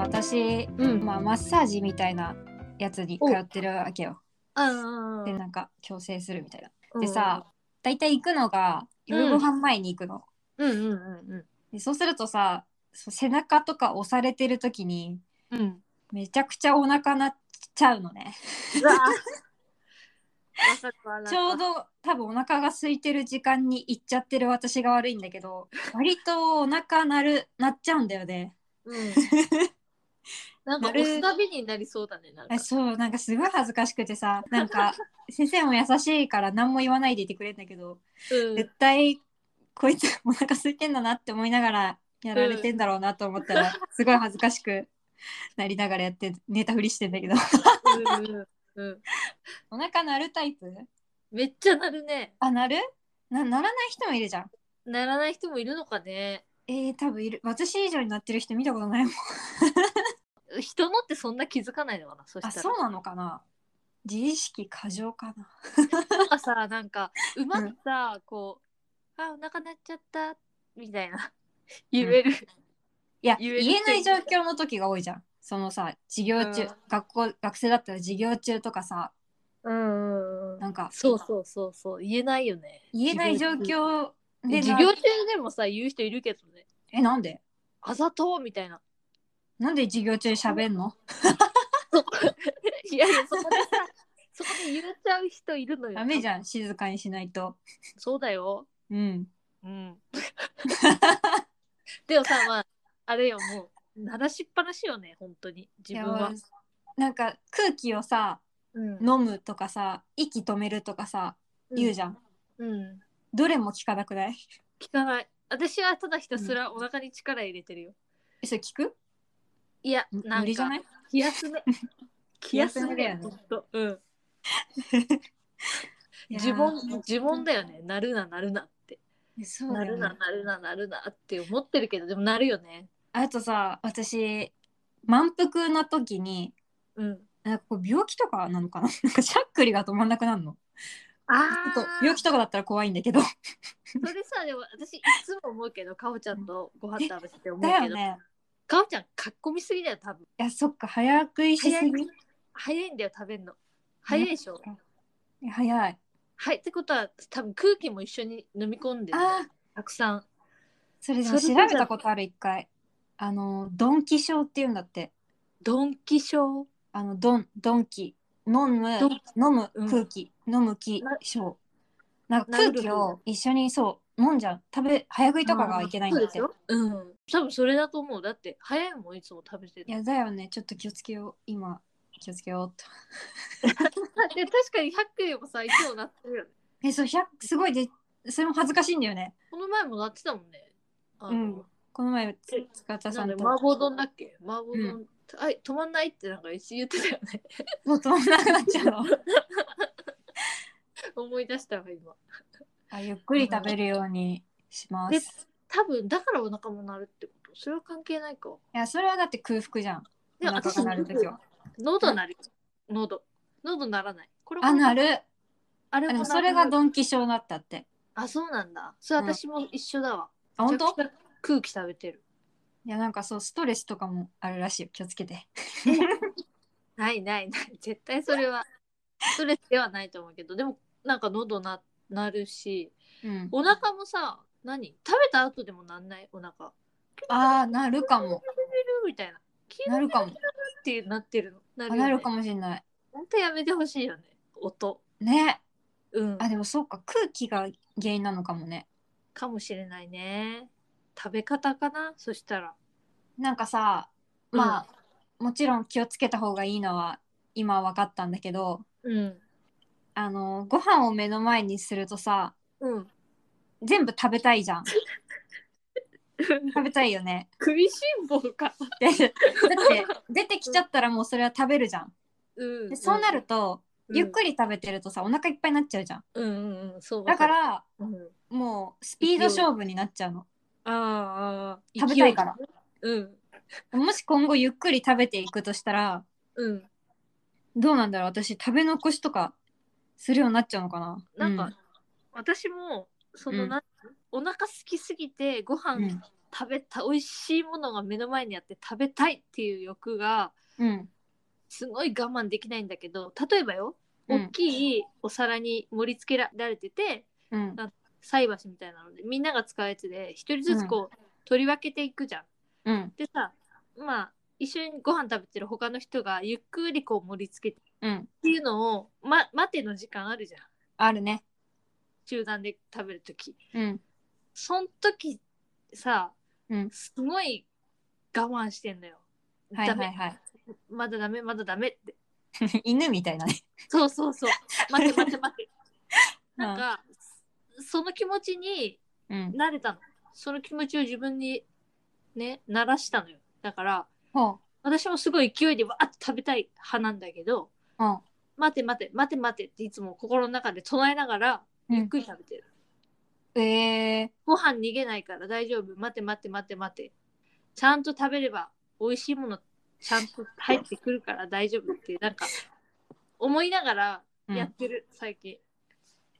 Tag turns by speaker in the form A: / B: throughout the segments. A: 私、
B: うん
A: まあ、マッサージみたいなやつに通ってるわけよ。
B: うん
A: でなんか矯正するみたいな。
B: うん
A: でさ大体行くのが夜ご飯前に行くの。
B: うんうんうん
A: でそうするとさそう背中とか押されてる時に
B: うんうん
A: めちゃくちゃお腹なっちゃうのね。
B: うわまさか
A: ちょうど多分お腹が空いてる時間に行っちゃってる私が悪いんだけど割とお腹なるなっちゃうんだよね。
B: うん、なんか押すたびになりそうだね。なんか
A: あそうなんかすごい恥ずかしくてさなん か先生も優しいから何も言わないでいてくれるんだけど
B: うん
A: 絶対こいつお腹空いてんだなって思いながらやられてんだろうなと思った ら、すごい恥ずかしくなりながらやって寝たふりしてんだけど
B: うんうんうん、
A: お腹鳴るタイプ
B: めっちゃなるね。
A: あ鳴るな鳴らない人もいるじゃん
B: ならない人もいるのかね。
A: えー、多分いる私以上になってる人見たことないもん
B: 人のってそんな気づかないのかな。そした
A: あ
B: ら
A: そうなのかな自意識過剰かな
B: なんかさなんか馬がさ、こうあお腹鳴っちゃったみたいな言える、
A: いや
B: 言
A: 言
B: え
A: え
B: る
A: ない状況の時が多いじゃんそのさ授業中、
B: うん
A: 学校学生だったら授業中とかさ
B: うん
A: なんか
B: そうそうそうそう言えないよね
A: 言えない状況で
B: 授業中でもさ言う人いるけどね
A: えなんで
B: あざとうみたいな
A: なんで授業中に喋んの
B: いやいやそこで さそこで言っちゃう人いるのよ
A: ダメじ
B: ゃん
A: ゃん静かにしないと
B: そうだよ
A: うん
B: うん でもさまああれよもう鳴らしっぱなしよね本当に自分はい
A: やなんか空気をさ
B: うん
A: 飲むとかさ息止めるとかさ言うじゃん、
B: うん
A: どれも聞かなくない
B: 聞かない私はただひたすらお腹に力入れてるよ、
A: えそれ聞く
B: いやな
A: 無
B: ん
A: 理じゃな
B: か
A: い
B: 気休め 気休めだよ
A: 気休めだよ
B: ね
A: ね
B: ほんとうん
A: 自
B: 呪
A: 分
B: 文呪文だよねなるななるなって、
A: そう
B: な
A: だ
B: る
A: よ、
B: な
A: ね、
B: なるななるなって思ってるけどでもなるよね
A: あとさ私満腹の時に
B: うん
A: なんかこう病気とかなのかな なんかしゃっくりが止まんなくなるの
B: あ
A: ちょっと病気とかだったら怖いんだけど
B: それさでも私いつも思うけどかおちゃんとご飯食べてて思う
A: だ
B: け
A: よ
B: ど、
A: ね
B: かおちゃんかっこみすぎだよ多分
A: いやそっか早食いしすぎ
B: 早いんだよ食べんの早いでしょ、
A: いや早い
B: はいってことは多分空気も一緒に飲み込んでる
A: あー
B: たくさん
A: それでも
B: それ
A: 調
B: で
A: べたことある一回あのドンキ症っていうんだって
B: ドンキ症
A: あのドンドンキ飲む
B: ドン
A: 飲む
B: うん
A: 空気、飲む気
B: な
A: 症なんか
B: なる
A: 空
B: ほど
A: 気を一緒にそう飲んじゃう食べ早食いとかがいけないんだって
B: そうですようん。多分それだと思う。だって早いもんいつも食べてる。
A: いやだよねちょっと気をつけよう今気をつけようっと
B: で確かに100円もさいつもなってるよね。
A: えそう100すごいでそれも恥ずかしいんだよね
B: この前もなってたもんね。あの
A: うんこの前つ塚田
B: な
A: さ
B: ん
A: ん
B: で
A: と
B: 麻婆丼だっけ麻婆
A: う
B: 丼、あい止まんないってなんか一言ってたよね。
A: もう止まんなくなっちゃうの
B: 思い出したわ今。
A: あゆっくり食べるようにします
B: で
A: い
B: 多分だからお腹も鳴るってこと。それは関係ないか。
A: やそれはだって空腹じゃんお
B: でも
A: 腹
B: 私
A: が鳴るときは
B: 喉鳴るよ。喉。喉鳴らない。これ
A: あな。る
B: あれ
A: で
B: も
A: も
B: そ
A: そ
B: れ
A: れ
B: が
A: が
B: ど。
A: ドンキ症だったって。
B: あそうなんだ。それ私も一緒だわ。
A: あ本当
B: めち？ゃくちゃ空気食べてる。
A: いやなんかそうストレスとかもあるらしいよ。気をつけて。
B: ないないない 絶対それはストレスではないと思うけどでもなんか喉ななるし
A: うん。
B: お腹もさ何食べた後でもなんないお腹
A: ああなるかも。
B: みたいなキュ
A: な
B: ー
A: るかも。
B: ってなってるのな
A: あ
B: る,、
A: なる
B: か
A: か
B: も
A: もしれない。
B: ほんとやめてほしいよね音
A: ね。
B: うん
A: あでもそうか空気が原因なのかもね。
B: かもしれないね食べ方かなそしたら
A: なんかさまあ、もちろん気をつけた方がいいのは今分かったんだけど
B: うん
A: あのご飯を目の前にするとさ
B: うん
A: 全部食べたいじゃん。食べたいよね。
B: 食いしん坊か
A: でだって出てきちゃったらもうそれは食べるじゃん。
B: う
A: でそうなると、ゆっく
B: り
A: り食べてるとさお腹いっぱいになっちゃうじゃん。
B: うんうんうんそう
A: だか、ら
B: うん、
A: もうスピード勝負になっちゃうの
B: あーあー
A: 食べたいから
B: うん
A: もし今後ゆっくり食べていくとしたら
B: うん
A: どうなんだろう私食べ残しとかするようになっちゃうのかな
B: なんか、
A: う
B: 私もその
A: うん
B: な、お腹空きすぎてご飯
A: うん
B: 食べた美味しいものが目の前にあって食べたいっていう欲が
A: うん
B: すごい我慢できないんだけど例えばよ
A: うん
B: 大きいお皿に盛り付けられてて、
A: うん
B: 菜箸みたいなのでみんなが使うやつで一人ずつこう、取り分けていくじゃん。
A: うん
B: でさまあ一緒にご飯食べてる他の人がゆっくりこう盛り付けてっ
A: うん
B: ていうのを、ま、待ての時間あるじゃん
A: あるね
B: 中断で食べる時
A: うん
B: そん時さ、
A: うん
B: すごい我慢してんだよ。
A: はい
B: ダ
A: は
B: メ
A: いはい
B: まだダメまだダメって
A: 犬みたいなね
B: そうそうそう待て待て待てな
A: う
B: ん
A: ん
B: か、その気持ちに
A: うん
B: 慣れたのその気持ちを自分にね慣らしたのよだから
A: ほ
B: 私もすごい勢いでわーっと食べたい派なんだけど
A: ううん
B: 待て待て待て待てっていつも心の中で唱えながら
A: うん
B: ゆっくり食べてる、
A: えー、
B: ご飯逃げないから大丈夫待て待て待て待てちゃんと食べれば美味しいものちゃんと入ってくるから大丈夫ってなんか思いながら
A: うん
B: やってる、最近、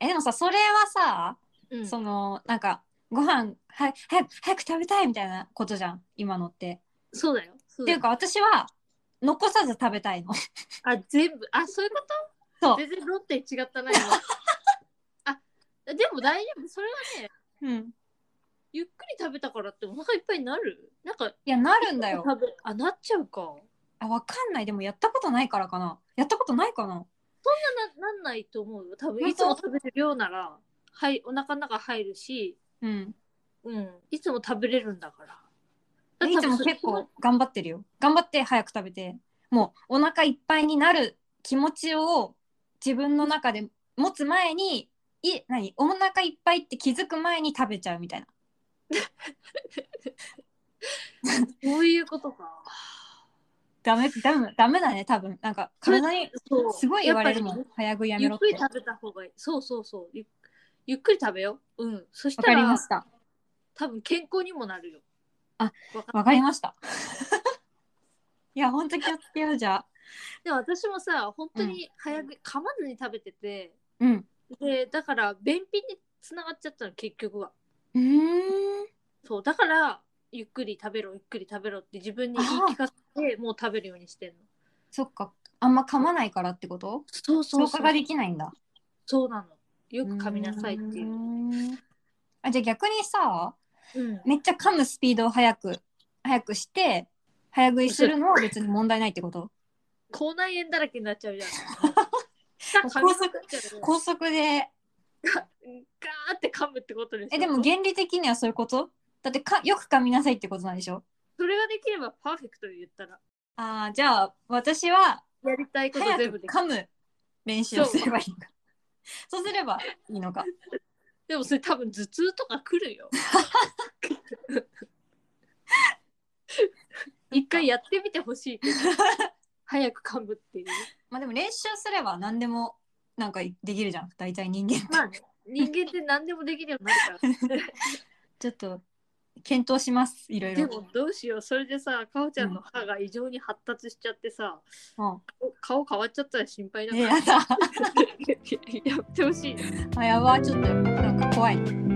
A: えでもさそれはさ、
B: うん、
A: そのなんかご飯は早く早く食べたいみたいなことじゃん今のって。
B: そうだよそ
A: っ
B: う
A: てい
B: だよ
A: うか私は残さず食べたいの。
B: あ全部あそういうこと
A: そう
B: 全然論点違ったな今 あでも大丈夫それはね
A: うん、
B: ゆっくり食べたからってお腹いっぱいになるなんか
A: いやなるんだよ。
B: 食べあなっちゃうか
A: あわかんないでもやったことないからかな。やったことないかな。
B: ななんないと思うよ多
A: 本
B: 分
A: 当
B: いつも食べる量ならはいお腹の中入るし
A: うん。
B: うんいつも食べれるんだから
A: いつも結構頑張ってるよ。頑張って早く食べてもうお腹いっぱいになる気持ちを自分の中で持つ前にい何お腹いっぱいって気づく前に食べちゃうみたいな。
B: そういうことか
A: ダ メダメダメだね多分なんか体に
B: そう
A: すごい言われるも
B: やっ
A: ん早食い
B: ぱ
A: や
B: りゆ
A: めろ
B: っ
A: っ
B: く
A: て
B: り食べた方がいいそうそうそうゆっゆっくり食べよううんそし
A: わ
B: た
A: かり
B: ら
A: ました
B: 多分健康にもなるよ
A: あ
B: わか
A: わかりました いや本当気をつけようじゃあ
B: でも私もさ本当に早く噛まずに食べてて
A: うん
B: でだから便秘につながっちゃったの結局は
A: うーん
B: そうだからゆっくり食べろゆっくり食べろって自分に言い聞かせてもう食べるようにしてんの
A: そっかあんま噛まないからってこと
B: そうそ
A: 消
B: うそ
A: 化
B: う
A: ができないんだ
B: そうなのよく噛みなさいっていう
A: ー
B: うん
A: あじゃあ逆にさ
B: うん
A: めっちゃ噛むスピードを速く速くして早食いするのは別に問題ないってこと
B: 口内炎だらけになっちゃうじゃん 舌噛みまくっちゃうよ
A: 高速で
B: ガーって噛むってことでしょ
A: えでも原理的にはそういうことだってかよく噛みなさいってことなんでしょ
B: それができればパーフェクトで言ったら
A: あーじゃあ私は
B: やりたいこと
A: 早
B: 全
A: く
B: 部できる
A: 噛む練習をすればいいのか そうすればいいのか
B: でもそれ多分頭痛とか来るよ一回やってみてほしい けど早く噛むっていう
A: まあでも練習すれば何でもなんかできるじゃん大体人間って
B: まあね人間って何でもできるようになるから
A: ちょっと検討しますい ろい
B: で
A: ろ
B: もどうしようそれでさかおちゃんの歯が異常に発達しちゃってさ、
A: うん
B: 顔変わっちゃったら心配だか
A: え
B: ら
A: やだ
B: やってほしいね
A: あやばちょっとなんか怖いね